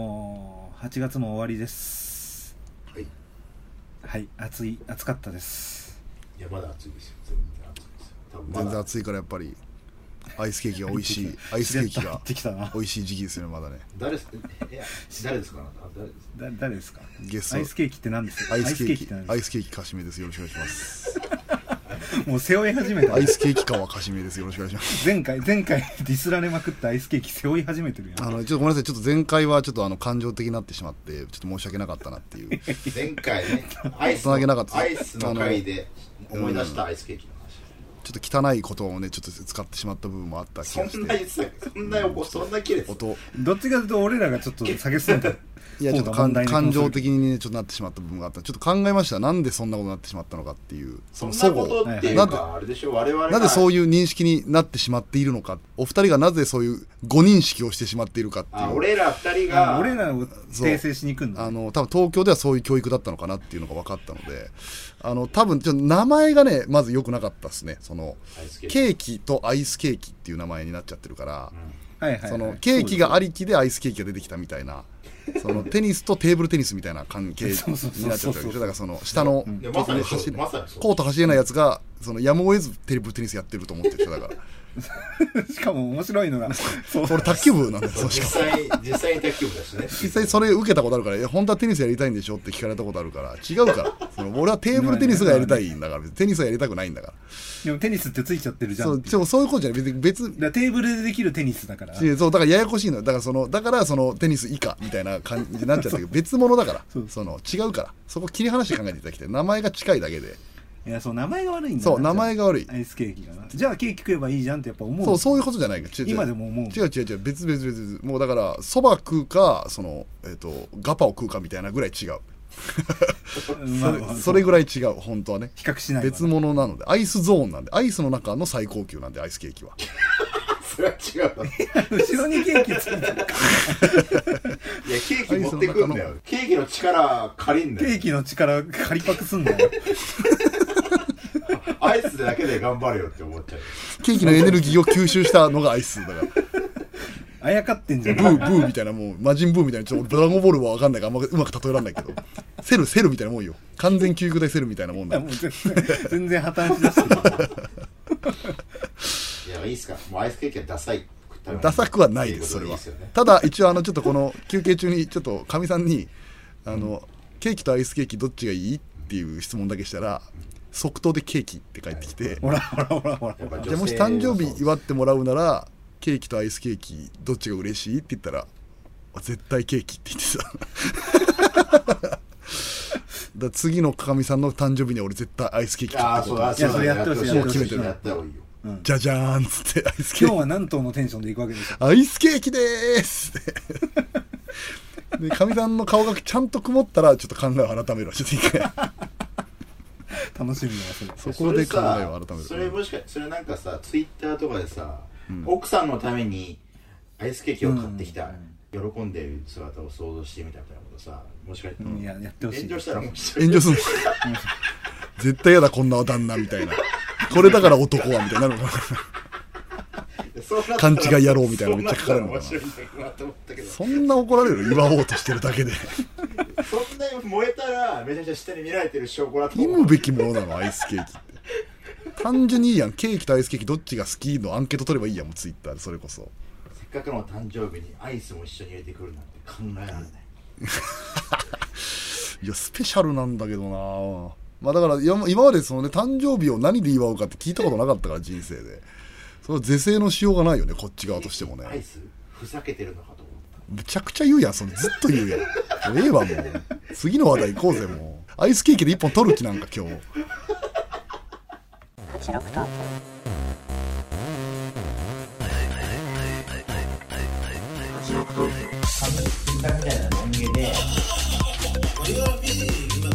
もう8月も終わりですはいいはい暑い暑かったですやまだ暑いですよ全然暑いですよ多分ま全然だ暑いからやっぱりアイスケーキが美味し いアイスケーキ入がってきたな美味しい時期ですよねまだね誰すいや誰ですかあなた誰ですだ誰ですかゲストアイスケーキって何ですかアイスケーキって何アでイすスケーキかしめですよろしくお願いしますかもう背負い始めたアイスケーキかはかしめですよろしくお願いします前回前回ディスられまくったアイスケーキ背負い始めてるやあんのちょっとごめんなさいちょっと前回はちょっとあの感情的になってしまってちょっと申し訳なかったなっていう前回ねアイス 大人げなかったアイスの回で思い出したアイスケーキの話ちょっと汚いことをねちょっと使ってしまった部分もあった気がそしんなて言ってたそんな横そんな綺麗です音どっちかというと俺らがちょっと下げすぎたいやちょっと方が問感題な気もす感る情的にねちょっとなってしまった部分があったちょっと考えましたなんでそんなことになってしまったのかっていうそんそのなそことっていうなんでかあれでしょ我々がなぜそういういう認識になってしまっているのかお二人がなぜそういう誤認識をしてしまっているかっていうあ俺ら二人あが俺らを訂正しに行くんだあねの多分東京ではそういう教育だったのかなっていうのが分かったのであの多分ちょっと名前がねまず良くなかったですねそのアイスケーキケーキとアイスケーキっていう名前になっちゃってるから、はいはいはいそのケーキがありきでアイスケーキが出てきたみたいなそのテニスとテーブルテニスみたいな関係になっちゃってるわけでしょだからその下のいやまさにそう走れまさにそうコート走れないやつがそのやむを得ずテーブルテニスやってると思ってる人だからそうですしかも面白いのがそう俺卓球部なんだ よそ実うしかも際実際に卓球部だしね実際それ受けたことあるから「いや本当はテニスやりたいんでしょ?」って聞かれたことあるから違うからその俺はテーブルテニスがやりたいんだから別にテニスはやりたくないんだかでもテニスってついちゃってるじらゃんそっうていうでもそういうことじゃない別に別にだからテーブルでできるテニスだからいやそうだからややこしいのよだからそのだからそのテニス以下みたいな感じになっち ゃったけど別物だからそうその違うからそこ切り離して考えていただきたい名前が近いだけでいやそう名前が悪いんだそう名前がが悪いアイスケーキがなじゃあケーキ食えばいいじゃんってやっぱ思うそうそういうことじゃないから違う違う今でも思う違う違う違う別々別々もうだからそば食うかそのえっ、とガパを食うかみたいなぐらい違ううんまあそまあれそれぐらい違う本当はね比較しないわ別物なのでアイスゾーンなんでアイスの中の最高級なんでアイスケーキはそれは違うわ後ろにケーキついてるいやケーキ持ってくんだよケーキの力借りんだケよーキの力借りパクすんだ よアイスだけで頑張れよって思っちゃうケーキのエネルギーを吸収したのがアイスだ からあやかってんじゃんブーブーみたいなもう魔人ブーみたいなちょっと俺ドラゴンボールは分かんないからあんまうまく例えられないけどセルセルみたいなもんよ完全究極大セルみたいなもんだもう全然全然破綻しだ してるいやいいっすかもうアイスケーキはダサいダサくはないですそれはただ一応あのちょっとこの休憩中にちょっとかみさんにあのケーキとアイスケーキどっちがいいっていう質問だけしたら即答でケーキって返ってきてほらほらほらほらやっぱじゃあも女し性誕生日祝ってもらうならケーキとアイスケーキどっちが嬉しいって言ったら絶対ケーキって言ってただ から次のかみさんの誕生日に俺絶対アイスケーキ買あっあてそこううとだ思いやってそうだそれやってほしいやってやってほしいやった方がいいよじゃじゃーんっつってアイスケー今日キは何頭のテンションでいくわけでしょアイスケーキでーすってでかみさんの顔がちゃんと曇ったらちょっと考えを改めるわちょっと 一回楽しみだわそれそこで考えを改めるそれもしかそれなんかさツイッターとかでさ、奥さんのためにアイスケーキを買ってきた、喜んでる姿を想像してみたみたいなことさもしかして、いややってほし炎い上したらもう一人炎上するの絶対やだこんな旦那みたいなこれだから男はみたいになるのかなそうなったら勘違い野郎みたいなのめっちゃ書かれるのかなそうなったら面白いんだろうなと思ったけどそそんな怒られる祝おうとしてるだけでんなに燃えたらめちゃめちゃ下に見られてる証拠だと忌思むうべきものなのアイスケーキって単純にいいやんケーキとアイスケーキどっちが好きのアンケート取ればいいやんもうツイッターでそれこそせっかくの誕生日にアイスも一緒に入れてくるなんて考えられない、いやスペシャルなんだけどなまあだから今今までそのね誕生日を何で祝うかって聞いたことなかったから人生でその是正のしようがないよねこっち側としてもアイねスふざけてるのかと思ったむちゃくちゃ言うやんそのずっと言うやんもうええわもう次の話題行こうぜもうアイスケーキで一本取る気なんか今日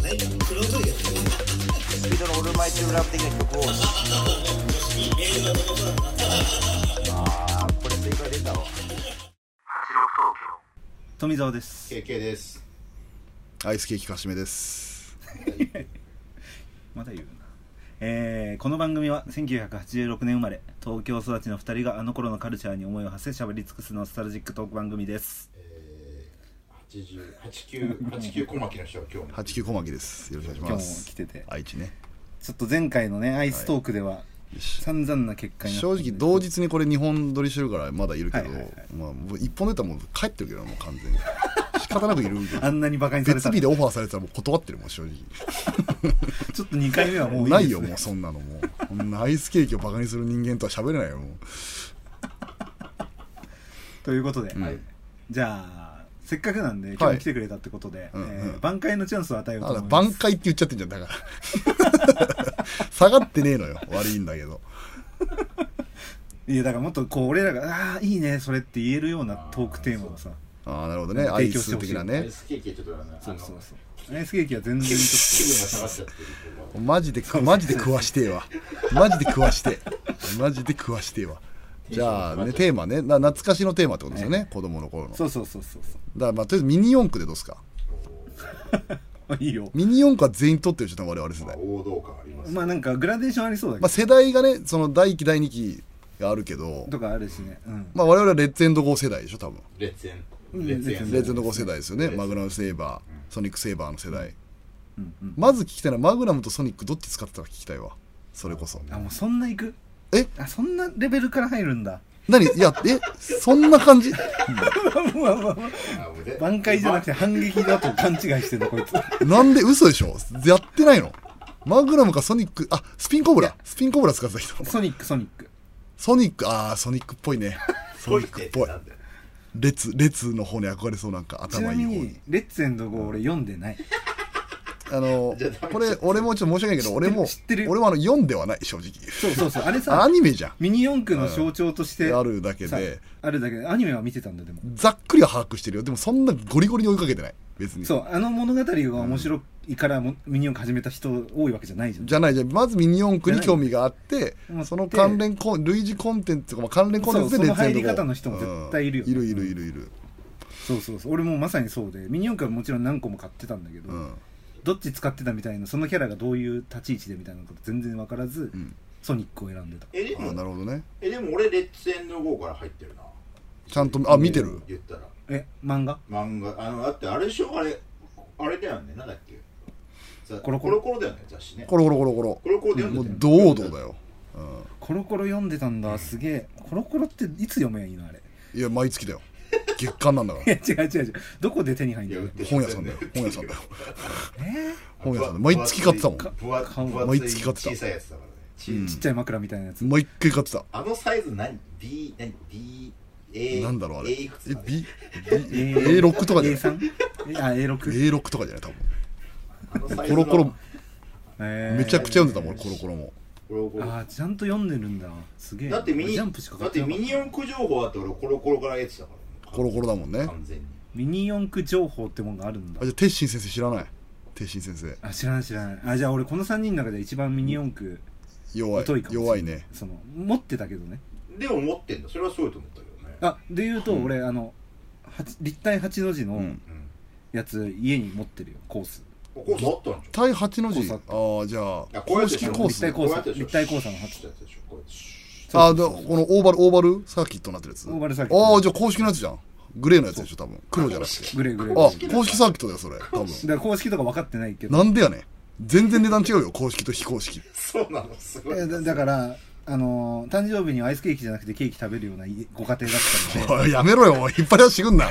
スピードのオールマイティブラブ的な曲をあこれ正解出たわ富澤です経験ですアイスケーキかしめですまだ言うな、えーこの番組は1986年生まれ東京育ちの2人があの頃のカルチャーに思いを馳せしゃべり尽くすノスタルジックトーク番組です8 80 89 89小牧の人は今日も89小牧ですよろしくお願今い日もします来てて愛知ねちょっと前回のねアイストークではよし散々な結果になった正んで直同日にこれ2本撮りしてるからまだいるけど、はいはいはいまあ、もう1本出たらもう帰ってるけどなもう完全 に仕方なくいるけあどんなにバカにされ別た日らでオファーされたらもう断ってるもん正直ちょっと2回目はもういいですねないよもうそんなのもうこんなアイスケーキをバカにする人間とは喋れないよもうということで、はいじゃあせっかくなんで今日来てくれたってことで、うんうんえー挽回のチャンスを与えようとあ思らいます挽回って言っちゃってんじゃんだから 下がってねえのよ悪いんだけどいやだからもっとこう俺らが「ああーいいねそれ」って言えるようなトークテーマをさああなるほどねア提イ供してスほしい的なアイねスケーキはちょっとあのそうそうそうアイスケーキは全気然分がちょっ下がっちゃってるマジでマジで食わしてえわマジで食わしてマジで食わしてえわじゃあねテーマねな懐かしのテーマってことですよね、子供の頃の とだかそうそうそうそうそらまあとりあえずミニ四駆でどうですかういいよミニ四駆は全員取ってるじゃん我々世まあ代、王道感ありますねまあなんかグラデーションありそうだけど、まあ、世代がねその第1期第2期があるけどとかあるしねうんまあ我々はレッツエンドゴー世代でしょ多分レッツエンうんレッツエンレッツエンドゴー世代ですよねレッツマグナムセーバーソニックセーバーの世代うんうんまず聞きたいのはマグナムとソニックどっち使ってたか聞きたいわそれこそあもうそんないくえあそんなレベルから入るんだ何いやえそんな感じまあまあまああもうで挽回じゃなくて反撃だと勘違いしてんのこいつなんで嘘でしょやってないのマグナムかソニックあスピンコブラスピンコブラ使ってた 人ソニックソニックソニックあーソニックっぽいねソぽいニっックてっぽいなんだよ列列の方に憧れそうなんかちな頭いみい方ににレッツエンド5俺読んでないあのじゃあダメこれ俺もちょっと申し訳ないけど俺も知ってる俺もあの読んではない正直そうそうそうあれアさニメじゃんミニ四駆の象徴としてあるだけさであるだけでアニメは見てたんだでもざっくりは把握してるよでもそんなゴリゴリに追いかけてない別にそうあの物語が面白いからもミニ四駆始めた人多いわけじゃないじゃんじゃないじゃんまずミニ四駆に興味があってじゃないその関連コン類似コンテンツとかまあ関連コンテンツでそうその列演と入りか方の人も絶対いるよねいるいるいるいるそうそうそう俺もまさにそうでミニ四駆はもちろん何個も買ってたんだけど、うんどっち使ってたみたいなそのキャラがどういう立ち位置でみたいなこと全然分からず、んソニックを選んでたえであもなるほどねえでも俺レッツエンド5から入ってるなちゃんとあ見てる言ったらえ漫画漫画あのだってあれでしょあれあれだよねなんだっけざコロココロロコロだよね雑誌ねコロコロコロコロコロコロで読もうんでたよ堂々だよ、うコロコロ読んでたんだすげえコロコロっていつ読めばいいのあれん、いや毎月だよ月間なんだかいらや違う違う違うどこで手に入いやる売んっだてる本屋さんだよ本屋さんだよえ本屋さんで毎月買ってたもん分厚い分厚い毎月買ってた小さいやつだからねちー、ちっちゃい枕みたいなやつ、毎回買ってたあのサイズ何 ?B、何 ?B、A、なんだろうあれ A いくつえかね B B A6 とかじゃない A3? えあ A6 A6 とかじゃない多分あのサイズコのロコロえーめちゃくちゃ読んでたもん俺コロコロもコロコロああちゃんと読んでるんだすげえだってミニジャンプしかだ買っっててなかミったニ四駆情報だって俺コロコロから得てたからコロコロだもんね完全にミニ四駆情報ってもんがあるんだあじゃあ鉄心先生知らない鉄心先生あ知らない知らないあじゃあ俺この3人の中で一番ミニ四駆弱い疎いかもしれない弱いねその持ってたけどねでも持ってんだそれはすごいと思ったけどねあで言うと俺、あの八立体八の字うのんうんやつ家に持ってるよコースここ持ったんじ対8の字交差ああじゃゃあんこういう公やつで式しょコー立ス体ねコースだこうやって立体交差の八こうやってでしょこうやってシュッあでこのオーバルオーバルサーキットになってるやつオーバルサーキットああじゃあ公式のやつじゃんグレーのやつでしょ多分黒じゃなくてグレーグレーあ公だか式サーキットだよそれ多分ら公式とか分かってないけどなんでやねん全然値段違うよ公式と非公式そうなのすごいえだだからあのー誕生日にアイスケーキじゃなくてケーキ食べるような家ご家庭だったのでおいやめろよおい引っ張り出してくんな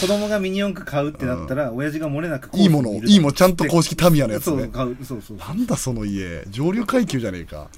子供がミニ四駆買うってなったら、親父が漏れなくコースいいものをに入れるいいもんちゃんと公式タミヤのやつそうね買うそう そうなんだその家上流階級じゃねえか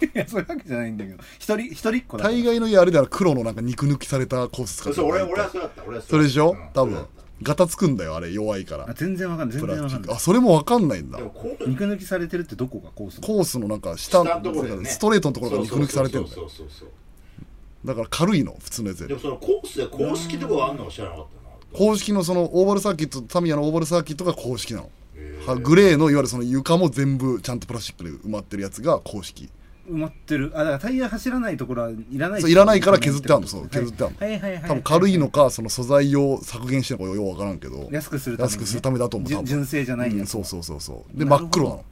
いやそういうわけじゃないんだけど一人一人っ子だから大概の家あれだら黒のなんか肉抜きされたコース使そっうてそうる俺俺はそうだった俺はそれでしょ、うん多そうだっ分ガタつくんだよあれ弱いかあら全然わかんないプ全然ラわスチかんックなあいそれもわかんないんただでもこう肉抜きされてるってどこがコースコースのなんか下下のとこだよねストレートのところが肉抜きされてるんだそようそうそうそうそうだから軽いの普通のやつよでもりそのコースで公式とかがあんのか知らなかったな公式のそのオーバルサーキットタミヤのオーバルサーキットが公式なのへはグレーのいわゆるその床も全部ちゃんとプラスチックで埋まってるやつが公式埋まってるあだからタイヤ走らないところはいらないそういらないから削ってあんのそう削ってあんのはいはいはいはい多分軽いのかその素材を削減してるのかようわからんけど安くするためにね安くするためだと思うじゅ多分純正じゃないうんやつそうそうそうそうでな真るほっど黒なの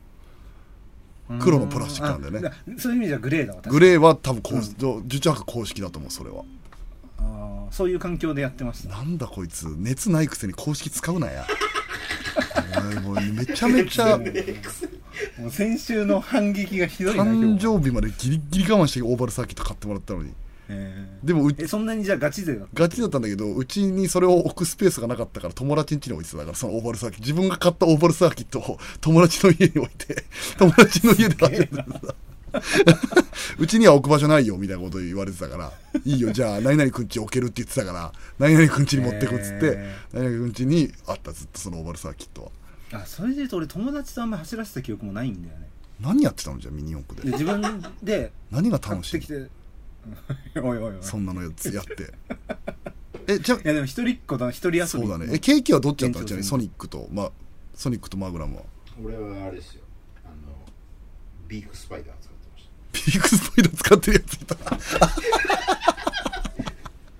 黒のプラスチックなんだよねあそういう意味じゃグレーだわ確かグレーは多分公式、う受着公式だと思うそれはあーそういう環境でやってましたなんだこいつ熱ないくせに公式使うなやおいもうめちゃめちゃもう先週の反撃がひどいな誕今日、生日までギリギリ我慢してオーバルサーキット買ってもらったのにえーでもうえそんなにじゃあガチ勢だったガチだったんだけどうちにそれを置くスペースがなかったから友達ん家に置いてただからそのオーバルサーキット自分が買ったオーバルサーキットを友達の家に置い て友達の家で遊んでたうちには置く場所ないよみたいなこと言われてたからいいよじゃあ何々くんち置けるって言ってたから何々くんちに持ってくっつって、へ何々くんちにあったずっとそのオーバルサーキットはあそれで言うと俺友達とあんまり走らせた記憶もないんだよ ね何やってたのじゃあミニ四駆でで自分で何が買っ楽していきのて おいおいおいそんなのやつやってえじゃあいやでも一人っ子だ一人遊びそうだねえケーキはどっちだったの延長戦ちなみにソニックと、まあ、ソニックとマグラムは俺はあれですよあのビークスパイダー使ってましたピークスパイダー使ってるやついた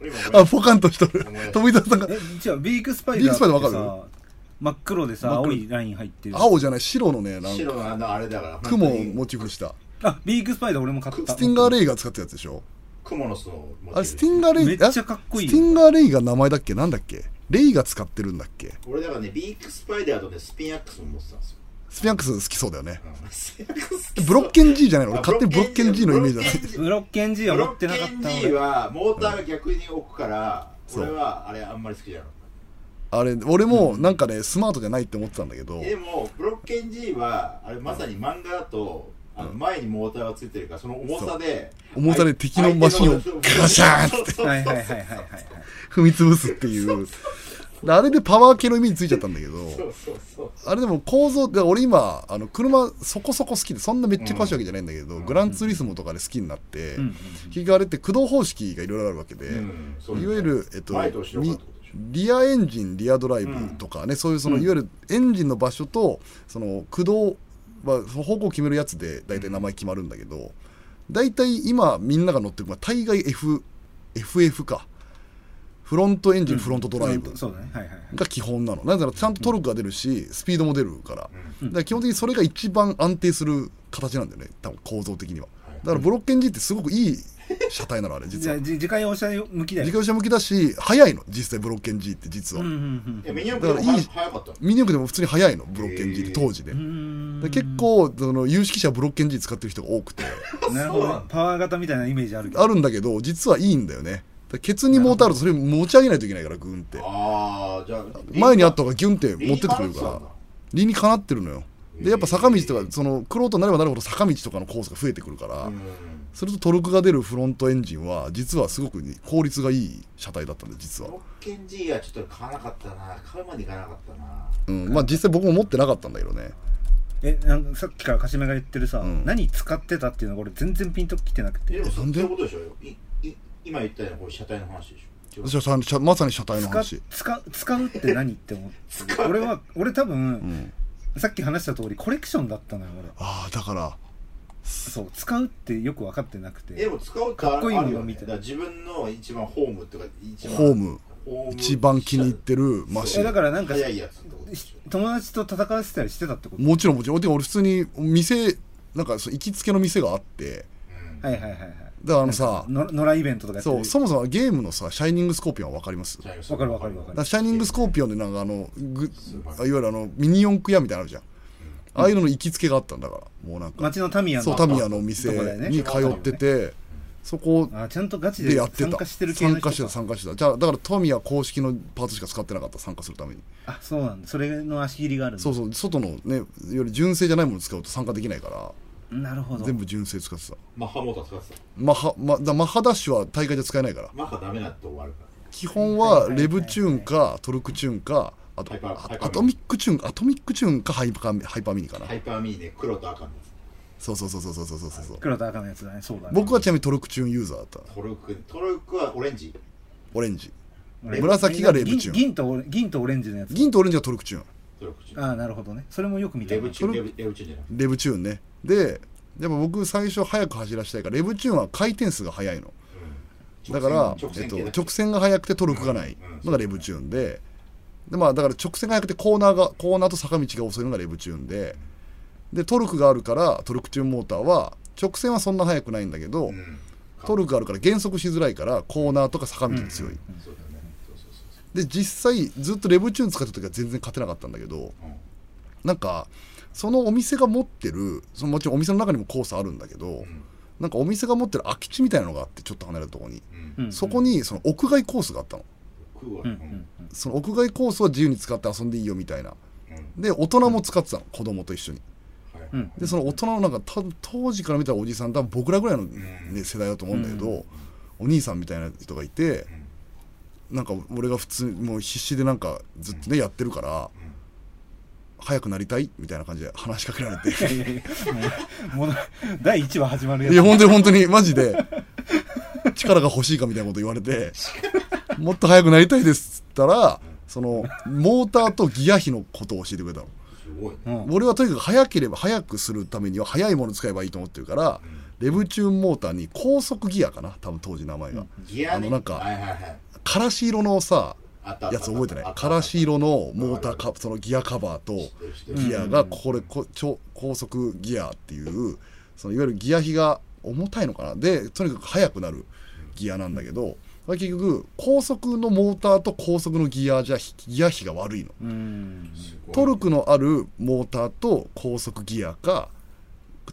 俺今あポカンとしとる思い出した富澤さんがえじゃあビークスパイダーってさビークスパイダーわ真っ黒でさ真っ青黒いライン入ってる青じゃない白のねなんか白のあのあれだから雲本当をにモチーフにしたあビークスパイダー俺も買ったスティンガーレイが使ったやつでしょ雲の巣を持あれスティンガーレイめっちゃかっこいいあよスティンガーレイが名前だっけなんだっけレイが使ってるんだっけ俺だからねビークスパイダーとねスピンアックスも持ってたんですよスピアンクス好きそうだよねうんスピンアックスブロッケン G じゃないの俺あ勝手にブロッケン G のイメージだ ブロッケン G ブロッケン G は持ってブロッケなかっンた G はモーターが逆に置くからそう俺はあれあんまり好きじゃなかっあれ俺もなんかねスマートじゃないって思ってたんだけどたでもブロッケン G はあれまさに漫画だとあの前にモーターがついてるからその重さで重さで敵のマシンをガシャーンっててはいはいはいはいはいはい踏み潰すっていうあれでパワー系の意味についちゃったんだけどそうそうそうあれでも構造で俺今あの車そこそこ好きでそんなめっちゃ詳しいわけじゃないんだけど、グランツーリスモとかで好きになって、うんうんうん結局あれって駆動方式がいろいろあるわけで、うんそういわゆる、えっと前と後ろかってことでしょリアエンジンリアドライブとかね、そういうその、いわゆるエンジンの場所とその駆動、まあ、その方向を決めるやつで大体名前決まるんだけど大体今みんなが乗ってるのは大概 F FF かフロントエンジン、フロントドライブ、そうだねはいはいはいが基本なのなぜならちゃんとトルクが出るしスピードも出るから,、だから基本的にそれが一番安定する形なんだよね多分構造的にはだからブロッケン G ってすごくいい車体なのあれ実じゃはあじ次回おしゃれ向きだよ自家用車向きだし速いの実際ブロッケン G って実は、うんうんえミニオン君もだからいい早かったのミニオンでも普通に速いのブロッケン G って当時で、うんうーんだから結構その有識者はブロッケン G 使ってる人が多くて なるほどねパワー型みたいなイメージあるけどあるんだけど実はいいんだよねだからケツにモーターあるとそれ持ち上げないといけないからグーンってああじゃあ前にあった方がギュンって持ってってくれるそかうならんだ理にかなってるのよでやっぱ坂道とかその苦労となればなるほど坂道とかのコースが増えてくるから、うんそれとトルクが出るフロントエンジンは実はすごく効率がいい車体だったんで実ブは、ロッケン G はちょっと買わなかったな買うまでいかなかったなうん、まあ実際僕も持ってなかったんだけどねえなんかさっきから鹿島が言ってるさん何使ってたっていうのが俺全然ピンときてなくえでてもそうなんでそういうことでしょいい今言ったようなこう車体の話でしょ私はさ車まさに車体の使話使使うって何って思って使う俺は俺多う分ん、さっき話した通りコレクションだったのよ俺ああだからそう使うってよく分かってなくでても使うってかっこいいものあるよねみたいなだから自分の一番ホームとか一番ホームホーム一番気に入ってるマシえンだからなんか早いやつってことでしょ友達と戦わせたりしてたってこともちろんもちろんでも俺普通に店なんかそう行きつけの店があってはいはいはいはいだからあのさの野良イベントとかやってそうるそもそもゲームのさ「シャイニングスコーピオン」は分かりますわかるわかるわかだるからシャイニングスコーピオンでなんかあのグーパいわゆるあのミニ四駆屋みたいなのあるじゃん、ああいうのの行きつけがあったんだからもうなんか町のタミヤのそうタミヤのお店とこだよねに通ってて、そこあちゃんとガチででやってた参加してる系の参人加してかた参加してたじゃあだからタミヤ公式のパーツしか使ってなかった参加するためにあそうなんだそれの足切りがあるんだそうそう外のねより純正じゃないもの使うと参加できないからなるほど全部純正使ってたマッハモーター使ってたマッハマだマッハダッシュは大会じゃ使えないからマッハダメなって終わるから基本はレブチューンかトルクチューンかあとハイパーハイパーアトミックチューンかアトミックチューンかハイパーミハイパーミニかなハイパーミニで黒と赤のやそうそうそうそうそうそうそうそう黒と赤のやつだねそうだね僕はちなみにトルクチューンユーザーだったつトルクトルクはオレンジオレンジ俺紫がレブチューン銀銀とオレ銀とオレンジのやつ銀とオレンジはトルクチューントルク中ああなるほどねそれもよく見たレなブ中レブレブ中じゃなくてレブチューンねでやっぱ僕最初早く走らしたいからレブチューンは回転数が速いのだから直線えっ系だと、直線が速くてトルクがないのがレブチューンでで、まあ、だから直線が速くてコーナーがコーナーと坂道が遅いのがレブチューンででトルクがあるからトルクチューンモーターは直線はそんな速くないんだけど、うんかトルクあるから減速しづらいからコーナーとか坂道に強い、そうだねそうそうそうそで実際ずっとレブチューン使った時は全然勝てなかったんだけどううんなんかそのお店が持ってるそのもちろんお店の中にもコースあるんだけど、なんかお店が持ってる空き地みたいなのがあってちょっと離れたところに、うんうんそこにその屋外コースがあったの食うわううんんうんその屋外コースは自由に使って遊んでいいよみたいなうんで大人も使ってたの子供と一緒にはいうんでその大人のなんかた当時から見たらおじさん多分僕らぐらいの、うね、世代だと思うんだけど、お兄さんみたいな人がいてなんか俺が普通にもう必死でなんかずっとねやってるからん早くなりたいみたいな感じで話しかけられていやいやもうもう第1話始まるやついや、本当に本当に、マジで、力が欲しいかみたいなこと言われて、もっと速くなりたいですっつったら、その、モーターとギア比のことを教えてくれたの。すごいねうん俺はとにかく速ければ速くするためには速いもの使えばいいと思ってるから、レブチューンモーターに高速ギアかな多分当時名前が。ギアねあのなんかはいはいはいからし色のさ、あったあったあったやつ覚えてなあっいたからし色のモーターカそのギアカバーとてる知ってるギアがこれこ超高速ギアっていうそのいわゆるギア比が重たいのかなでとにかく速くなるギアなんだけどこれ結局高速のモーターと高速のギアじゃギア比が悪いのうんすごいトルクのあるモーターと高速ギアか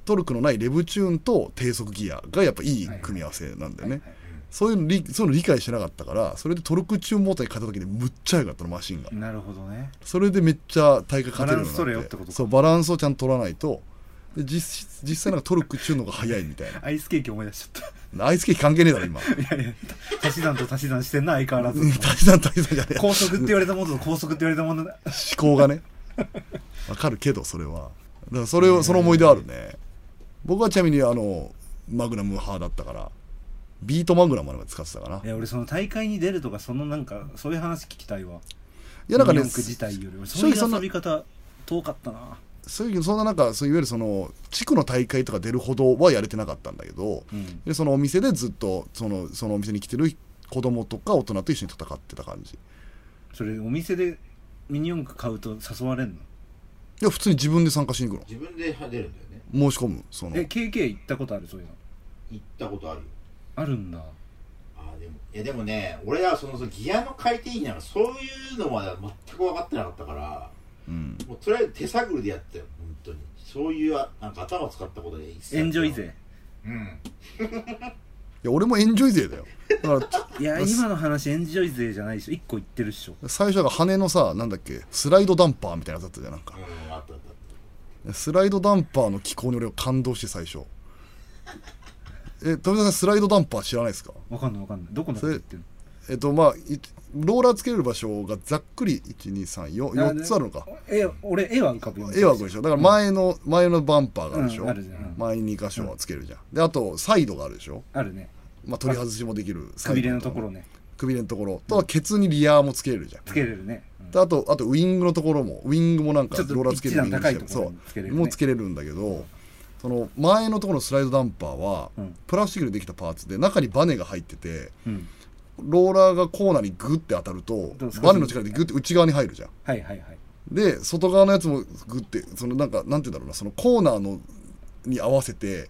トルクのないレブチューンと低速ギアがやっぱいい組み合わせなんだよねそういうの理そういうの理解してなかったからそれでトルクチューンモーターに変えた時にむっちゃ良かったのマシンがなるほどねそれでめっちゃ体格勝てるよバラうになンス取れよってことかそうバランスをちゃんと取らないとで実質実際なんかトルク中の方が早いみたいアイスケーキ思い出しちゃっなアイスケーキ関係ねえだろ 今たいやいや足し算と足し算してんな相変わらず大算大算じゃねえ思高速って言われたものと高速って言われたものだ考がねわかるけどそれはだからそれをその思い出あるね僕はちなみにあのマグナム派だったからビートマグナムまで使ってたかないや俺その大会に出るとかそのなんかそういう話聞きたいわいやなんかねニューヨーク自体よりも正そう直いうそんな遊び方遠かったなそういうそんななんかそういわゆるその地区の大会とか出るほどはやれてなかったんだけど、うんでそのお店でずっとそのそのお店に来てる子供とか大人と一緒に戦ってた感じいそれお店でミニ四駆買うと誘われんのや普通に自分で参加しに行く自分で出るんだよねの申し込むそのえ KK 行ったことあるそういうの行ったことあるよあるんだあーでもいやでもね俺らはそのそのギアの回転比なんかそういうのは全く分かってなかったからうんもうとりあえず手探りでやってたよ本当にそういうあなんか頭を使ったことで一切エンジョイ勢うんいや俺もエンジョイ勢だよだからいや今の話エンジョイ勢じゃないでしょ1個言ってるっしょ最初が羽のさなんだっけスライドダンパーみたいなやつだったじゃんなんかうんあったあったあっスライドダンパーの機構に俺は感動して最初え富田さんスライドダンパー知らないですかわかんないわかんないどこのこと言ってるえっとまあいローラーつけれる場所がざっくりの1234つあるのかえ俺絵は浮かぶよ絵はこれでしょだから前の、前のバンパーがあるでしょ、うんあるじゃん前に2箇所はつけるじゃん、であとサイドがあるでしょ、あるねまあ、取り外しもできるくびれのとサイドころねくびれのところとはケツにリアーもつけれるじゃん、つけれるね、であとあとウイングのところもウイングもなんかちょっとローラーつけるウイング一段高いところにつけそれうるねもうつけれるんだけどその前のところのスライドダンパーは、うんプラスチックでできたパーツで中にバネが入っててうんうん、ローラーがコーナーにグッて当たるとどうですかバネの力でグッて内側に入るじゃんはいはいはいで外側のやつもグッてそのなんかなんて言うんだろうなそのコーナーのに合わせて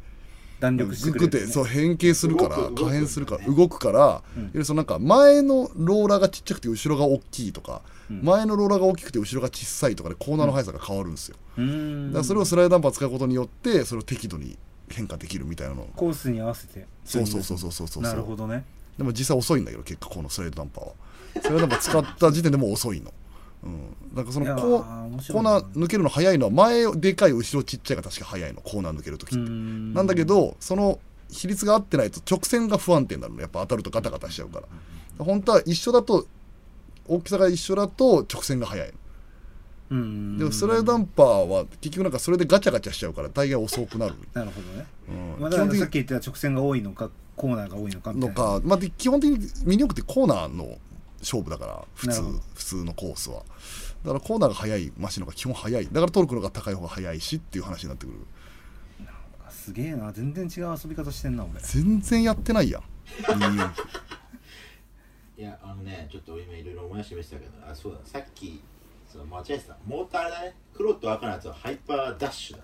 弾グ力してッくれグッる、ね、てそう変形するから動く動く可変するから動くから、いわゆるそのなんか前のローラーがちっちゃくて後ろが大きいとか、前のローラーが大きくて後ろが小さいとかでコーナーの速さが変わるんですよ、うーんだからそれをスライドダンパー使うことによってそれを適度に変化できるみたいなのコースに合わせてそうそうそうそうそうそうなるほどねでも実際遅いんだけど結果このスライドダンパーはスライドダンパー使った時点でもう遅いの、うん、なんかそいのやーこう面コー白いなナー抜けるの早いのは前でかい後ろちっちゃいが確か早いのコーナー抜ける時ってうんなんだけどその比率が合ってないと直線が不安定になるのやっぱ当たるとガタガタしちゃうから本当は一緒だと大きさが一緒だと直線が速いのうんでもスライドダンパーは結局なんかそれでガチャガチャしちゃうから大概遅くなる、なるほどね、うんまあ、基だか本ら的さっにき言ってた直線が多いのかコーナーが多いのかみたのいなか、まあ、で基本的にミニオクってコーナーの勝負だから普な通るほど普通のコースはだからコーナーが速いマシンの方が基本速いだからトルクの方が高い方が速いしっていう話になってくるすげえな全然違う遊び方してんな俺全然やってないやんミニオクたいやあのねちょっと今いろいろ思い出してみましたけどあそうださっきその間違えてたモーターだね黒と赤のやつはハイパーダッシュだね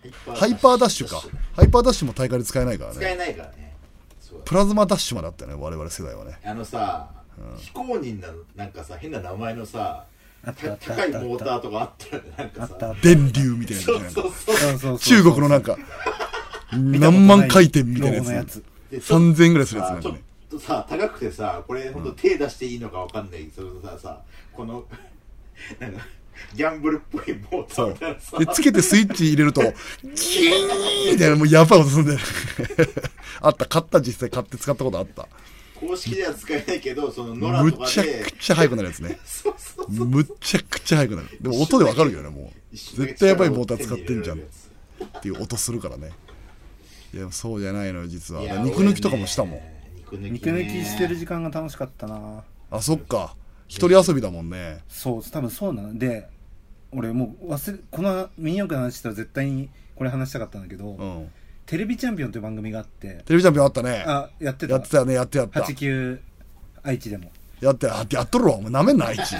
ハイパハイパーダッシュかダッシュだねハイパーダッシュも大会で使えないから使えねないからねそうプラズマダッシュまであったよね我々世代はねあのさ、非公認ななんかさ変な名前のさあったあたったあ高いったモーターとかあったよねなんあかったあさった電流みたいなやつじそゃなういそのうそそううそうそう中国のなんか見たこと何万回転みたいロなやゴつのやつでちょっと3000円ぐらいするやつさなんちかょっねとさ高くてさこれ本当手出していいのかわかんないけどささこのなんかギャンブルっぽいモータそーうみたいなさでつけてスイッチ入れるとギーンみたいなもうやばい音するんだよね あった買った実際買って使ったことあった公式では使えないけどその野良むとかちゃでくちゃ速くなるやつねそうそうそうむちゃくちゃ速くなるでも音でわかるよねもう一瞬だけ絶対やばいモーター使ってんじゃん手に入れられるやつっていう音するからねいやそうじゃないのよ実はいや肉抜きとかもしたもん、俺ね肉抜きね肉抜きしてる時間が楽しかったなあそっか一人遊びだもんねそう多分そうなので俺もう忘れこのミニ四駆の話したら絶対にこれ話したかったんだけど、うんテレビチャンピオンという番組があってテレビチャンピオンあったねあやってたやってたねやってやった89愛知でもやってあやっとるわお前なめんなあいち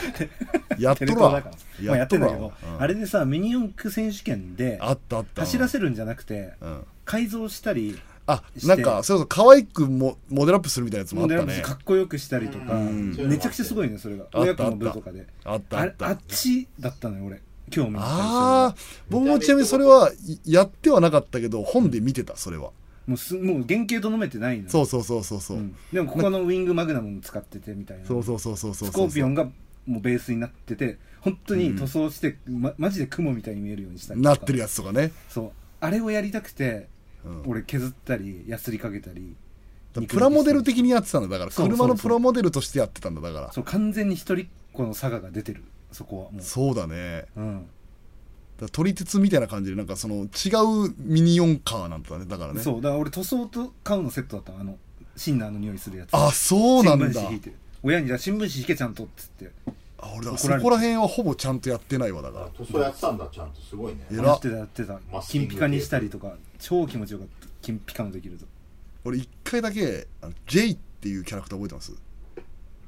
やっと テるレ東わだからまあややっってとんだるわけど、うんあれでさミニ四駆選手権であったあった走らせるんじゃなくて、うん改造したりあしてなんかそれこそ可愛くもモデルアップするみたいなやつもあモっデルアッたプしてねかっこよくしたりとか、うんめちゃくちゃすごいねそれがあった親子の部とかであったああれったあっちだったのよ俺今日見に行ったりしたのはああ僕もちなみにそれはいやってはなかったけど本で見てたそれはもうすもう原型と飲めてないの、そううそうそうそうそう、ん、でもここのウィングマグナムも使っててみたいなそうそうそうそうそうそうスコーピオンがもうベースになってて本当に塗装して、ま、マジで雲みたいに見えるようにしたりとかなってるやつとかねそうあれをやりたくて、うん俺削ったりやすりかけたりプラモデル的にやってたんだだからそうそうそう車のプラモデルとしてやってたんだだからそう完全に一人っ子の差が出てるそこはもそうだねう、うんだから撮り鉄みたいな感じでなんかその違うミニ四カーなんだねだからねそうだから俺塗装と買うのセットだったのあのシンナーの匂いするやつあそうなん新聞だ紙引いて親にだ新聞紙引けちゃんとっつってあ俺だから怒そられてこら辺はほぼちゃんとやってないわだから塗装やってたんだちゃんとすごいねえやらってたやってたマスキン金グピカにしたりとか超気持ちよかった金ピカのできると俺一回だけあの J っていうキャラクター覚えてます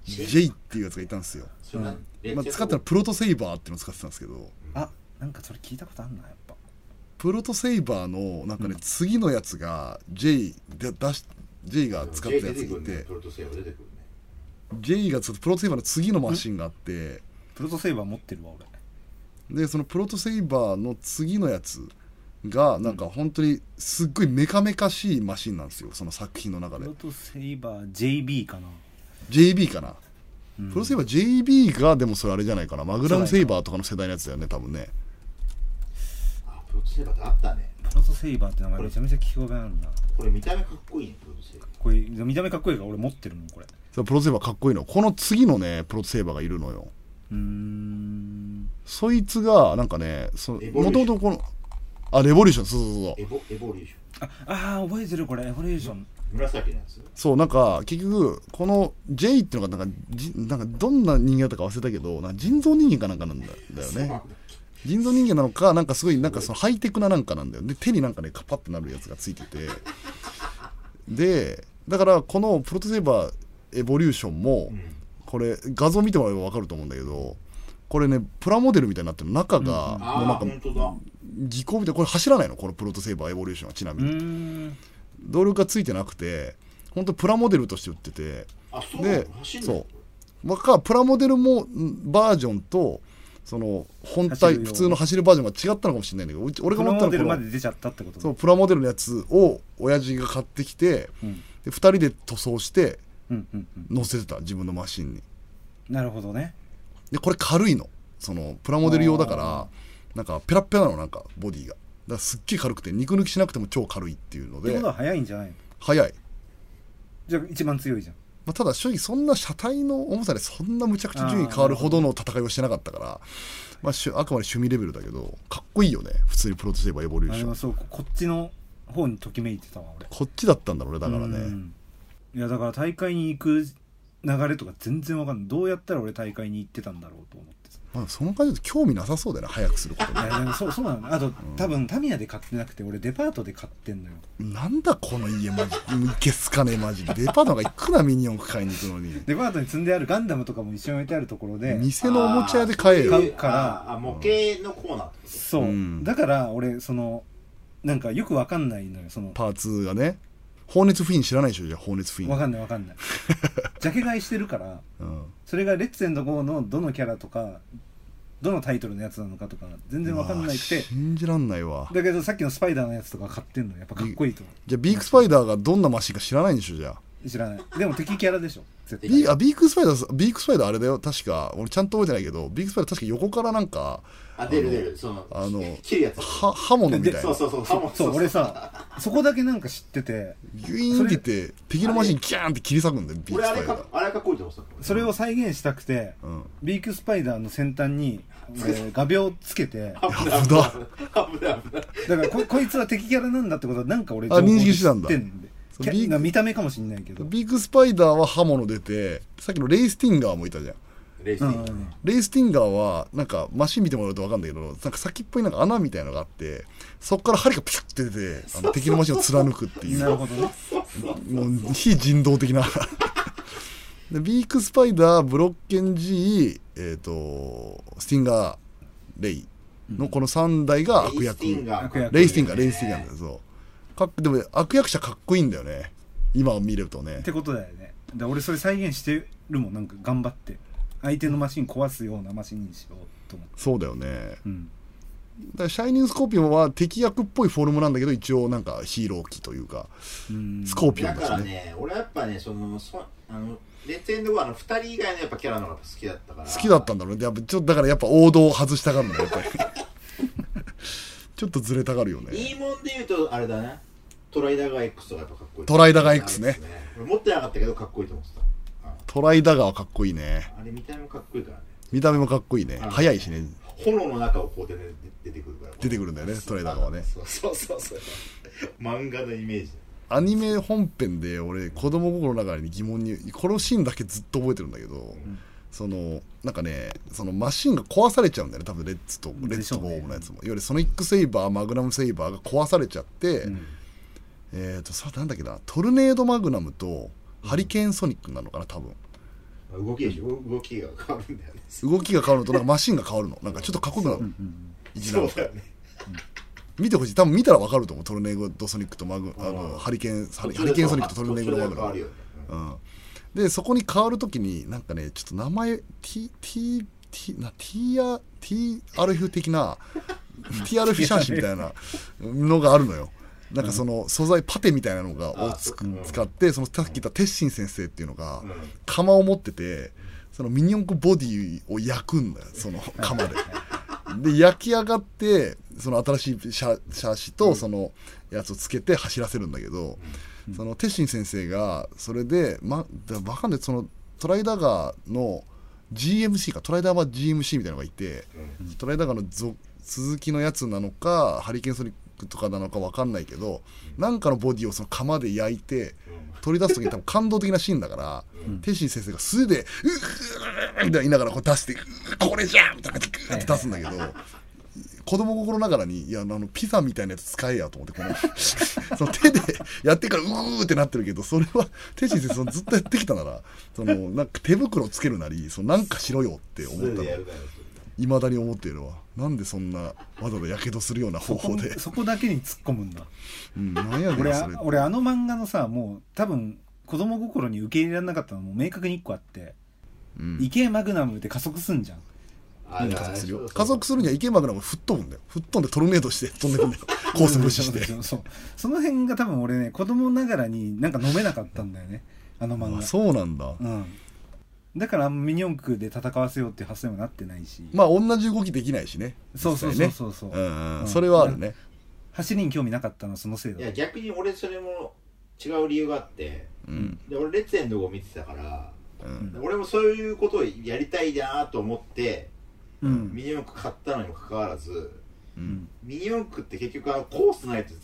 J っていうやつがいたんですよ、それなうんレッまあ、チェ使ったのはプロトセイバーっていうのを使ってたんですけどあなんかそれ聞いたことあんなやっぱプロトセイバーのなんかね、うん次のやつが J で出し J が使ったやつがい J 出てくるねてプロトセイバー出てくるね J が使ったプロトセイバーの次のマシンがあってプロトセイバー持ってるわ俺でそのプロトセイバーの次のやつがなんか本当にすっごいメカメカしいマシンなんですよその作品の中プでロトセイバー JB かな JB かな、プロトセイバー JB がでもそれあれじゃないかなマグナムセイバーとかの世代のやつだよね多分ねあプロトセイバーってあったねプロトセイバーって名前めちゃめちゃ聞き覚えあるなこれ見た目かっこいいねプロトセイバーこれ見た目かっこいいから俺持ってるもんこれそのプロトセイバーかっこいいのこの次のねプロトセイバーがいるのようーんそいつがなんかねそレボリューもシとョンもとこのあレボリューションそうそうそうそうエボエボリューションああー覚えてるこれエボリューション紫のやつそうなんか結局この J っていうのがなんかじなんかどんな人間だったか忘れたけどなんか人造人間かなんかなんだだよそうね人造人間なのかなんかすごいなんかそのハイテクななんかなんだよで手になんかねカパッてなるやつがついててでだからこのプロトセーバーエボリューションも、これ画像見てもらえば分かると思うんだけどこれねプラモデルみたいになってる中が、もうあなあんか本当だ技巧みたいなこれ走らないのこのプロトセーバーエボリューションはちなみうに、ーん動力がついてなくて本当プラモデルとして売っててあそうなので走んのそうまあかプラモデルもんバージョンとその本走体るよ普通の走るバージョンが違ったのかもしれないんだけどうち俺プがロ持ったモのデルまはで出ちゃったってことだそうプラモデルのやつを親父が買ってきて、うんで2人で塗装してうんうんうん乗せてた自分のマシンになるほどねでこれ軽いのそのプラモデル用だからなんかペラッペラなのなんかボディがだからすっげえ軽くて肉抜きしなくても超軽いっていうのってでことは早いんじゃないの速い、じゃあ一番強いじゃんまあ、ただ正直そんな車体の重さでそんなむちゃくちゃ順位変わるほどの戦いをしてなかったからまあ、しゅあくまで趣味レベルだけどかっこいいよね普通にプロトセーバーエボリューあシれョはンそうこっちの方にときめいてたわ俺こっちだったんだろうねだからね、うんいやだから大会に行く流れとか全然わかんないどうやったら俺大会に行ってたんだろうと思って さまあ、その感じだと興味なさそうだよね早くすることねいやでもそうそうなのあと多分タミヤで買ってなくて俺デパートで買ってんのよなんだこの家マジいけすかねマジデパートがいくらミニ四駆買いに行くのにデパートに積んであるガンダムとかも一緒に置いてあるところで店のおもちゃ屋で買えあーよ買うからああ模型のコーナーってことそう、うんだから俺そのなんかよくわかんないのよそのパーツがね放熱フィン知らないでしょじゃあ放熱フィンわかんないわかん ないジャケ買いしてるからうん、それがレッツエンドゴーのどのキャラとかどのタイトルのやつなのかとか全然わかんなういわくて信じらんないわだけどさっきのスパイダーのやつとか買ってんのやっぱかっこいいと思じゃあビークスパイダーがどんなマシンか知らないんでしょじゃあう知らないでも敵キャラでしょ絶対ビーあビークスパイダービークスパイダーあれだよ確か俺ちゃんと覚えてないけどビークスパイダー確か横からなんかあ出る出るそのあの切るやつは刃物みたいなそうそうそうそうそう俺さそこだけなんか知っててギュイーンって言って敵のマシンキャーンって切り裂くんだよビーク俺スあパれイダーかあれかっこいいと思ってたそれを再現したくて、んビークスパイダーの先端 に、えー画鋲つけて危ない危ない危ない危ないだからここいつは敵キャラなんだってことはなんか俺あ認識してたんだ情報で知ってんでそうキャビークな見た目かもしんないけどビークスパイダーは刃物出てさっきのレイスティンガーもいたじゃんレイスティングねレイスティンガーはなんかマシン見てもらうと分かんないけどなんか先っぽになんか穴みたいのがあってそこから針がピュッて出てあの敵のマシンを貫くっていうなるほどねもう非人道的なでビークスパイダーブロッケン G、えー、とスティンガーレイのこの3台が悪役、ガーレイスティンガーレイスティンガーなんだよそうかっでも悪役者かっこいいんだよね今を見るとねってことだよねで俺それ再現してるもんなんか頑張って相手のマシン壊すようなマシンにしようと思ってそうだよねうんだからシャイニングスコーピオンは敵役っぽいフォルムなんだけど一応なんかヒーロー機というかうんスコーピオだンかだらしねね俺はやっぱねそのそあのレッツエンドゴーあの2人以外のやっぱキャラの方が好きだったから好きだったんだろうねやっぱちょっとだからやっぱ王道を外したがるんだよやっぱりちょっとずれたがるよねいいもんで言うとあれだねトライダガー X とかやっぱかっこいいトライダガー X ね俺持ってなかったけどかっこいいと思ってトライダガーはかっこいいねたあれ見た目もかっこいいからね見た目もかっこいいねうん早いしね炎の中をこう出て出てくるから出てくるんだよねトライダガーはねそうそうそうそう漫画のイメージアニメ本編で俺子供心の中に疑問にこのシーンだけずっと覚えてるんだけど、そのなんかねそのマシンが壊されちゃうんだよね多分レッツとレッでツしょとうねゴームのやつも、いわゆるソニックセイバーマグナムセイバーが壊されちゃって、えっ、とさなんだっけなトルネードマグナムとハリケーンソニックなのかな多分動きでしょ動きが変わるんだよねそ動きが変わるのとなんかマシンが変わるのなんかちょっとかっこよくなる、一段う階だよね見てほしい多分見たらわかると思うトルネードソニックとマグあのハリケーンハリハリケーンソニックとトルネードマ途中でグナ変わムるよねうん、でそこに変わるときになんかねちょっと名前 T T T な T R T R F 的な T R F シャンシみたいなのがあるのよ。なんかその素材パテみたいなのがをつくうん使ってそのさっき言った鉄心先生っていうのがん釜を持っててそのミニ四駆ボディを焼くんだよその釜 で。で焼き上がってその新しいシャシャシとそのやつをつけて走らせるんだけど、その鉄心先生がそれで、ま、だわかんないそのトライダガーの GMC かトライダーバー GMC みたいなのがいて、トライダガーのぞ鈴木のやつなのかハリケーンソニックとかなのかわかんないけど、なんかのボディをその釜で焼いて取り出す時に多分感動的なシーンだから、天心先生が素手で「うっうっうっうっ」みたいな言いながらこう出して「これじゃん!」みたいな感じでグーって出すんだけど。子供心ながらに、いや、あの、ピザみたいなやつ使えやと思って、この、その手でやってから、うーってなってるけど、それは、天心先生、そのずっとやってきたなら、その、なんか手袋つけるなり、その、なんかしろよって思うん素手ったのでや。るからいまだに思っているわなんでそんなわざわざやけどするような方法でそこだけに突っ込むん だうんなんやね俺んそあれ俺あの漫画のさもう多分子供心に受け入れられなかったのも明確に1個あってうん「イケマグナム」って加速すんじゃんあ加速するよ家加族速するには池マグナム吹っ飛ぶんだよ吹っ飛んでトルネードして飛んでくんだよ高速無視して そうそうその辺が多分俺ね子供ながらになんか飲めなかったんだよねあの漫あ画そうなんだうん、だからあんまミニ四駆で戦わせようっていう発想にもなってないし、まあ同じ動きできないしねそうそうそうそうそう実際ねうんううんんそれはあるね走りに興味なかったのはそのせいいだや逆に俺それも違う理由があってうんで俺レッツエンドを見てたからうん俺もそういうことをやりたいなと思ってうんミニ四駆買ったのにもかかわらずうんミニ四駆って結局あのコースないと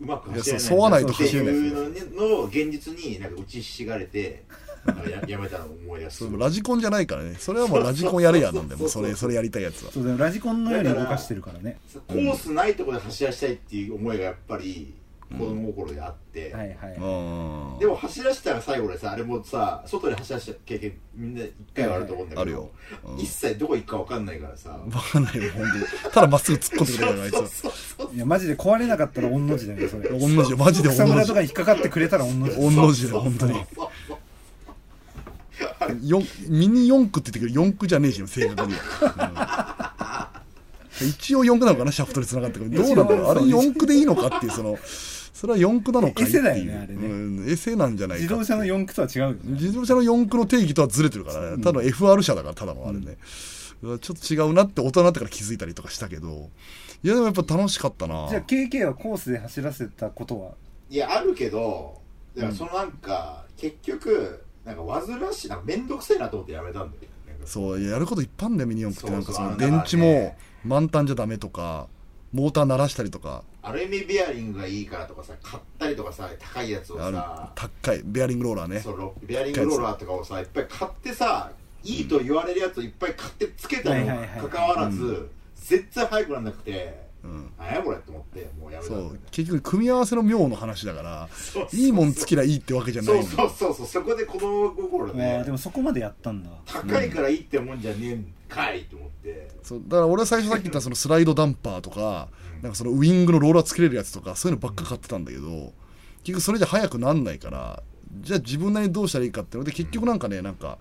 うまく走れないいやそう沿わないと走走れれなないいっていうのの現実になんか打ちひしがれてなんかややめたのを思い出すそれもラジコンじゃないからねそれはもうラジコンやれやなんでもうそれそれやりたいやつはそうだよラジコンのように動かしてるからねコースないところで走らせたいっていう思いがやっぱり子供心であって、はいはいあでも走らせたら最後でさあれもさ外で走らせた経験みんな一回はあると思うんだけど、あるよ、うん、一切どこ行くか分かんないからさ、バカないよ本当にただまっすぐ突っ込んでくれるからあいつそうはそうそういやマジで壊れなかったら御の字だよねそれ御の字マジで草御のむら字とかに引っかかってくれたら御の字御の字だよ本当によミニ四駆って言ってくる四駆じゃねえし正確には、うん一応四駆なのかなシャフトに繋がってくるどうなんだろうあれ四駆でいいのかっていうそのそれは四駆なのかいっていエセうだよねあれねうん、エセなんじゃないか自動車の四駆とは違うよね自動車の四駆の定義とはずれてるからねただ FR 車だからただのあれね、ちょっと違うなって大人になってから気づいたりとかしたけどいやでもやっぱ楽しかったなじゃあ KK はコースで走らせたことはいやあるけどだからそのなんか、結局なんか煩わしいなんか面倒くせえなと思ってやめたんだよねなんかそうやることいっぱいあんだよミニ四駆ってなんかそそのうそう電池あのもね満タンじゃダメとかモーター鳴らしたりとかアルミベアリングがいいからとかさ買ったりとかさ高いやつをあるさ高いベアリングローラーねそのベアリングローラーとかをさいっぱい買ってさいいと言われるやつをいっぱい買ってつけたにはいもはいはいかかわらず絶対早くなんなくてうん何やこれと思ってもうやめたそんだようね結局組み合わせの妙の話だからそういいもんつきらいいってわけじゃないそのうそうそうそうそこで子供心あーでねもそこまでやったんだ高いからいいってもんじゃねえんかいと思ってそうだから俺は最初さっき言ったそのスライドダンパーとかなんかそのウイングのローラーつけれるやつとかそういうのばっか買ってたんだけど結局それじゃ速くなんないからじゃあ自分なりにどうしたらいいかってので結局なんかねなんか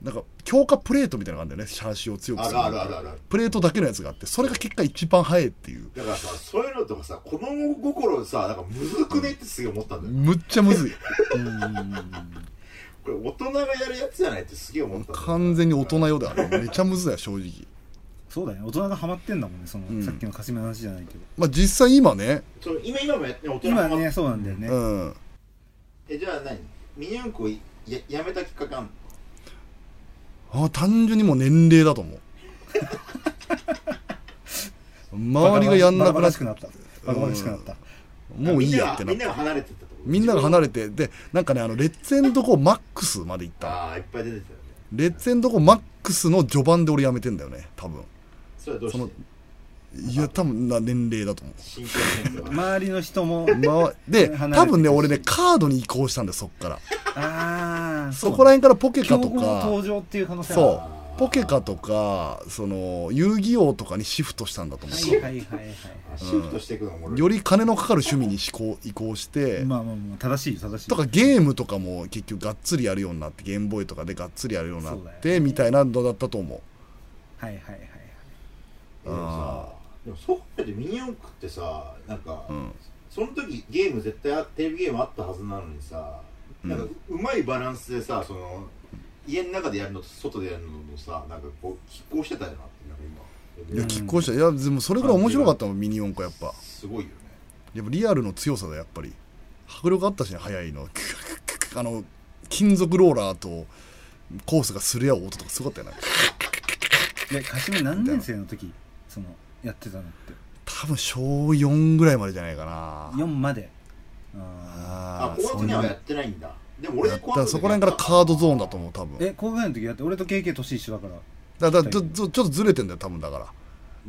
なんか強化プレートみたいなのがあるんだよねシャーシを強くあするるあるあるあるプレートだけのやつがあってそれが結果一番速いっていうだからさそういうのとかさ子供心さなんかむずくねってすげえ思ったんだよむっちゃむずいこれ大人がやるやつじゃないってすげえ思ったんだよ完全に大人よだあれめちゃむずいよ正直そうだよね大人がハマってんだもんねその、うんさっきのカシメの話じゃないけどまあ実際今ねそう今今もやって大人今がねそうなんだよね、うんえじゃあ何ミニ四駆をいややめたきっかけあんのあ単純にもう年齢だと思う周りがやん なバカくバなカしっくなったバカバカしくなった、もういいやってなみっんなてがみんなが離れてったとこみんながれ離れてでなんかねあのレッツエンドコマックスまで行ったああいっぱい出てたよねレッツエンドコマックスの序盤で俺やめてんだよね多分それはどうしそのていや多分な年齢だと思う新規変化は周りの人もま、で離れて多分ね俺ねカードに移行したんだよそっからああそこら辺からポケカ競と合のか登場っていう可能性あるそうポケカとかその遊戯王とかにシフトしたんだと思はういはいはいシフトしていくのも俺より金のかかる趣味に思考移行して、はいまあまあまあ正しい正しいとかゲームとかも結局がっつりやるようになってゲームボーイとかでがっつりやるようになっそうだよてみたいなのだったと思うはいはいはいはいでもさでもそう考えてミニ四駆ってさなんか、んその時ゲーム絶対あテレビゲームあったはずなのにさなんかうまいバランスでさその家の中でやるのと外でやるのとさなんかこう拮抗してたよなってなんか今いや拮抗したいやでもそれぐらい面白かったもんミニ四駆やっぱすごいよねやっぱリアルの強さだやっぱり迫力あったしね速いの クククククあの金属ローラーとコースがすれ合う音とかすごかったよなでかしめ何年生の時そのやってたのって多分小4ぐらいまでじゃないかな4まであああ高学そん年なはだやってないんだでも俺だ高から学そこら辺からカードゾーンだと思思う多分ーえ高校の時やって俺と KK 年一緒だからだからちょちょちょっとずれてんだよ多分だから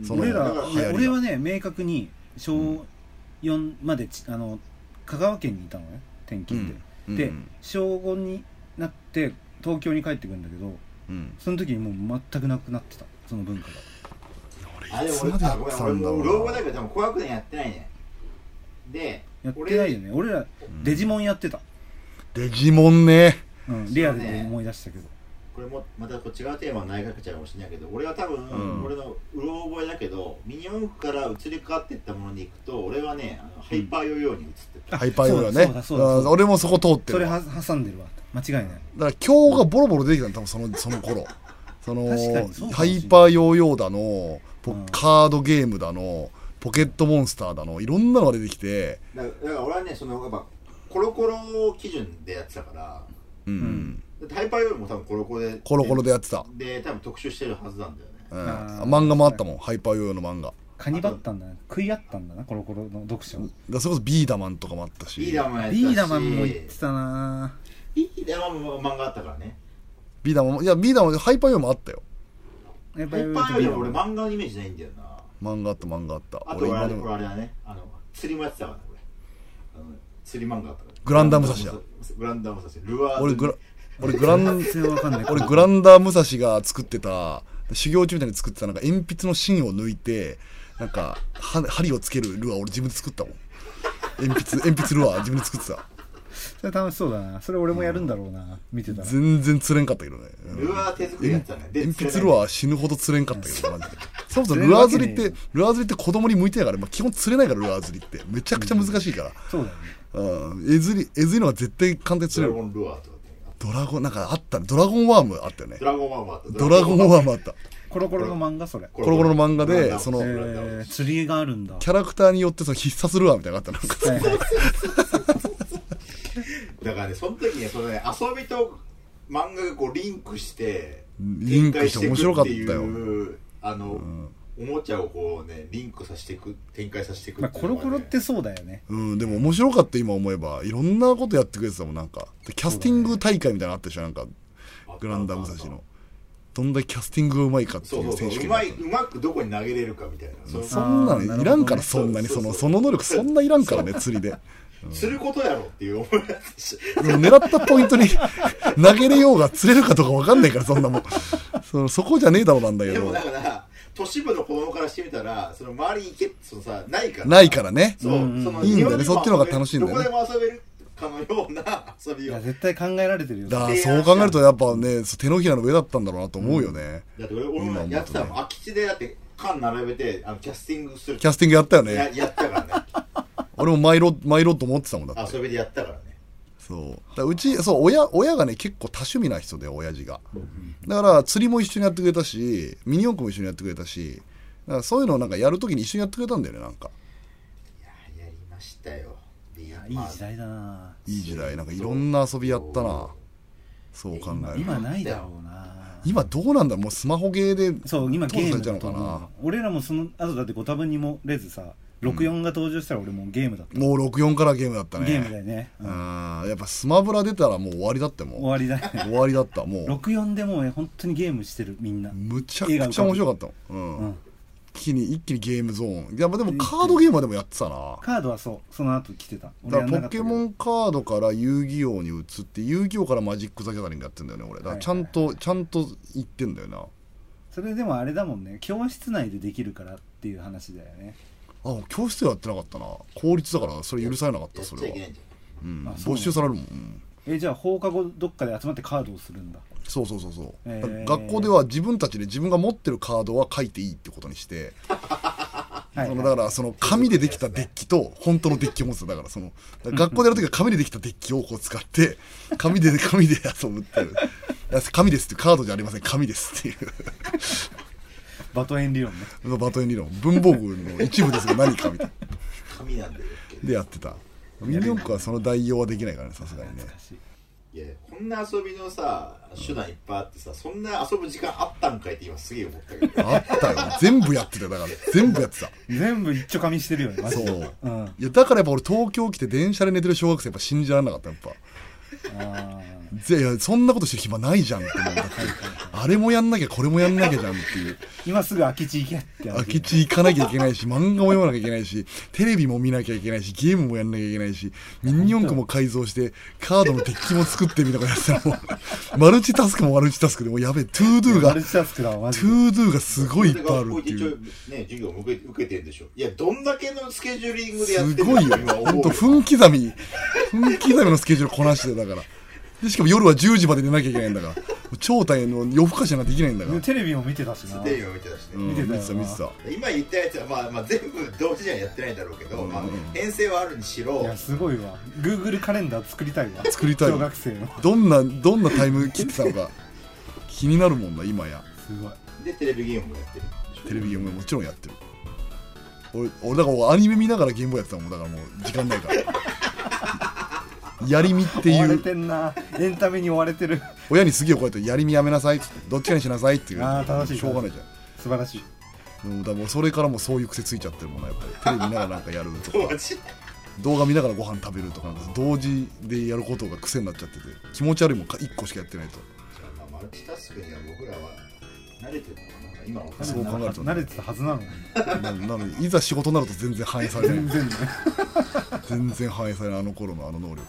その俺らだからいや流行りが俺はね明確に小4までちあの香川県にいたのね転勤で、うんで、うん小5になって東京に帰ってくるんだけどうんその時にもう全くなくなってたその文化があいでもつ俺までやあっごめんてた俺んだもうろう老後なだけど多分高学年やってないねでやってないよね俺らデジモンやってた、デジモンねうん、リアルで思い出したけど、これもまたこう違うテーマにないかけちゃうかもしれないけど俺は多分、ん俺のうろ覚えだけどミニ四駆から移り変わっていったものに行くと俺はねあのハイパーヨーヨーに移ってた、ハイパーヨーヨーねそうだそうだそうだうん俺もそこ通ってそるれだかは挟んでるわ間違いないら今日がボロボロ出てきたの多分 そのその頃その確かにそうかもしれないハイパーヨーヨーだのポうんカードゲームだのポケットモンスターだのいろんなのが出てきてだからだから俺はねそのやっぱコロコロ基準でやってたからうん、だってハイパーヨーヨーも多分コロコロでコロコロでやってた、で多分特集してるはずなんだよねうんあー漫画もあったもんハイパーヨーヨーの漫画だかカニバったんだな食い合ったんだなコロコロの読者をらそれこそビーダマンとかもあったしリーダーマンやってたしリーダーマンも言ってたなリーダーマンも漫画あったからねビーダマンもいやビーダマンハイパーヨーヨーもあったよやっハイパーヨーヨー俺漫画のイメージないんだよな漫画あった漫画あったあと俺俺あ今れでこれもあれだねあの釣りもやってたからね俺あの釣り漫画あったからグランダムサシだグランダムサシルアー俺グラ俺グラン全然わかんない俺グランダー武蔵が作ってた修行中みたいに作ってたなんか鉛筆の芯を抜いてなんかは針をつけるルアー俺自分で作ったもん鉛筆鉛筆ルアー自分で作ってたそれ楽しそうだなそれ俺もやるんだろうな見てたら全然釣れんかったけどね、うんルアー手作りやってたねで鉛筆ルアー死ぬほど釣れんかったけどなマジでそもそもルアー釣りってルアー釣りって子供に向いてないから、まあ、基本釣れないからルアー釣りってめちゃくちゃ難しいから、そうだよねうん、えずりえずいのは絶対簡ド単に釣ラれるゴンルアーとかってドラゴンなんかあったねドラゴンワームあったよねドラゴンワームあったドラゴンワームあったコロコロの漫画それ、コロコロの漫画でグランダムそのグえランダムー、釣りがあるんだキャラクターによってその必殺ルアーみたいなのがあったのはいはいだからねその時ねそのね遊びと漫画がこうリンクしてリンクして面白かったよ展開していくっていうあの、おもちゃをこうねリンクさせていく展開させていくまあ、ていコうロのがコねロってそうだよねうん、でも面白かった今思えばいろんなことやってくれてたもんなんかでキャスティング大会みたいなのあったでしょなんかグランダム武蔵のどんだけキャスティングがうまいかってそういそううそ選手うう権まいうまくどこに投げれるかみたいな、そうそんなあーなるほどのねいらんからそんなにそそうそうそうのその能力そんないらんからね釣りで。することやろっていう思いだったしでも狙ったポイントに投げれようが釣れるかとか分かんないからそんなもんそのそこじゃねえだろうなんだけでもどだから都市部の子供からしてみたらその周りに行けそのさないからないからねそう、そのいいんだ日本によねもそっちの方が楽しいんだよねどこでも遊べるかのような遊いびをや絶対考えられてるよだからそう考えるとやっぱね手のひらの上だったんだろうなと思うよね、だって俺俺もやってたもん、空き地でだって缶並べてあのキャスティングするキャスティングやったよやねやったからね俺もマイロマイロッド持ってたもんだって 遊びでやったからねそうだからうちそう親親がね結構多趣味な人で親父がだから釣りも一緒にやってくれたしミニ四駆も一緒にやってくれたしだからそういうのをなんかやるときに一緒にやってくれたんだよねなんかいややりましたよいやいい時代だな、いい時代なんかいろんな遊びやったなそう考えると今ないだろうな今どうなんだもうスマホゲーでそう今ゲームだと淘汰されちゃうのか思なう俺らもその後だってご多分にもれずさ64が登場したら俺もうゲームだった、もう64からゲームだったねゲームだよね、うんうんやっぱスマブラ出たらもう終わりだって終もわりだうね終わりだったもう64でもう本当にゲームしてるみんな、むちゃくちゃ面白かったもん、ううんん一気に一気にゲームゾーンいやまあでもカードゲームはでもやってたなカードはそうその後来てただからやんなかポったけケどモンカードから遊戯王に移って遊戯王からマジック・ザ・ギャザリングやってんだよね俺だからちゃんと、ちゃんと行ってんだよなそれでもあれだもんね教室内でできるからっていう話だよね、あ教室ではやってなかったな効率だからそれ許されなかったやっそちゃれいはけないんじうんあそう没収されるもん、うんえじゃあ放課後どっかで集まってカードをするんだそうそうそうそう、えー学校では自分たちで自分が持ってるカードは書いていいってことにして、はい、そのだからその紙でできたデッキと本当のデッキを持つのだからそのだから学校でやるときは紙でできたデッキをこう使って紙で紙で遊ぶっていういや紙ですってカードじゃありません紙ですっていうバトエン理論ねバトン理論文房具の一部ですが何かみたいなゃん紙なんだよでやってたミニ四駆はその代用はできないからねさすがにね懐かしいいやこんな遊びのさ手段いっぱいあってさそんな遊ぶ時間あったんかいって今すげえ思ったけどあったよ全部やってたよだから全部やってた全部一丁紙してるよねマジそでううんあいやだからやっぱ俺東京来て電車で寝てる小学生やっぱ信じられなかったやっぱあぜいやそんなことしてる暇ないじゃんって思うだってあれもやんなきゃこれもやんなきゃじゃんっていう今すぐ空き地行けって話空き地行かなきゃい けないし漫画も読まなきゃいけないしテレビも見なきゃいけないしゲームもやんなきゃいけないしミニ四駆も改造してカードのデッキも作ってみたいなことやってたらもう マルチタスクもマルチタスクでもうやべえトゥードゥがマルチタスクだわマジトでゥードゥがすごいいっぱいあるって一い応う。ね授業も受け受けてんでしょいやどんだけのスケジューリングでやってするごいよ。今ほ思んうと、よ分刻み、分刻みのスケジュールこなしてたから。で、しかも夜は10時まで寝なきゃいけないんだから。もう超大変の夜更かしなんかできないんだから。テレビも見てたしなテレビも見てたしね、うん見てたよな見てた、見てた。今言ったやつは、まあ、まあ全部同時にはやってないんだろうけど、まあ、編成はあるにしろいやすごいわ Google カレンダー作りたいわ作りたい小学生のどんな、どんなタイム切ってたのか、気になるもんな、今や。すごいでテレビゲームもやってる でしょテレビゲームももちろんやってる。俺、俺だからアニメ見ながらゲームボーイやってたもん、だからもう時間ないから。やりみって追わいれうてんなエンタメに追われてる親にすげえ怒られてやりみやめなさいっつってどっちかにしなさいっていうあー正しいしょうがないじゃん素晴らしいうんだからもうそれからもうそういう癖ついちゃってるもんなやっぱりテレビ見ながらなんかやると当か時動画見ながらご飯食べるとかなんか同時でやることが癖になっちゃってて気持ち悪いもんか1個しかやってないとまあマルチタスクには僕らは慣れてるのかな今わかんないそう考えるとね慣れてたはずなのにななのにいざ仕事になると全然反映されない全然全然反映されないあの頃のあの能力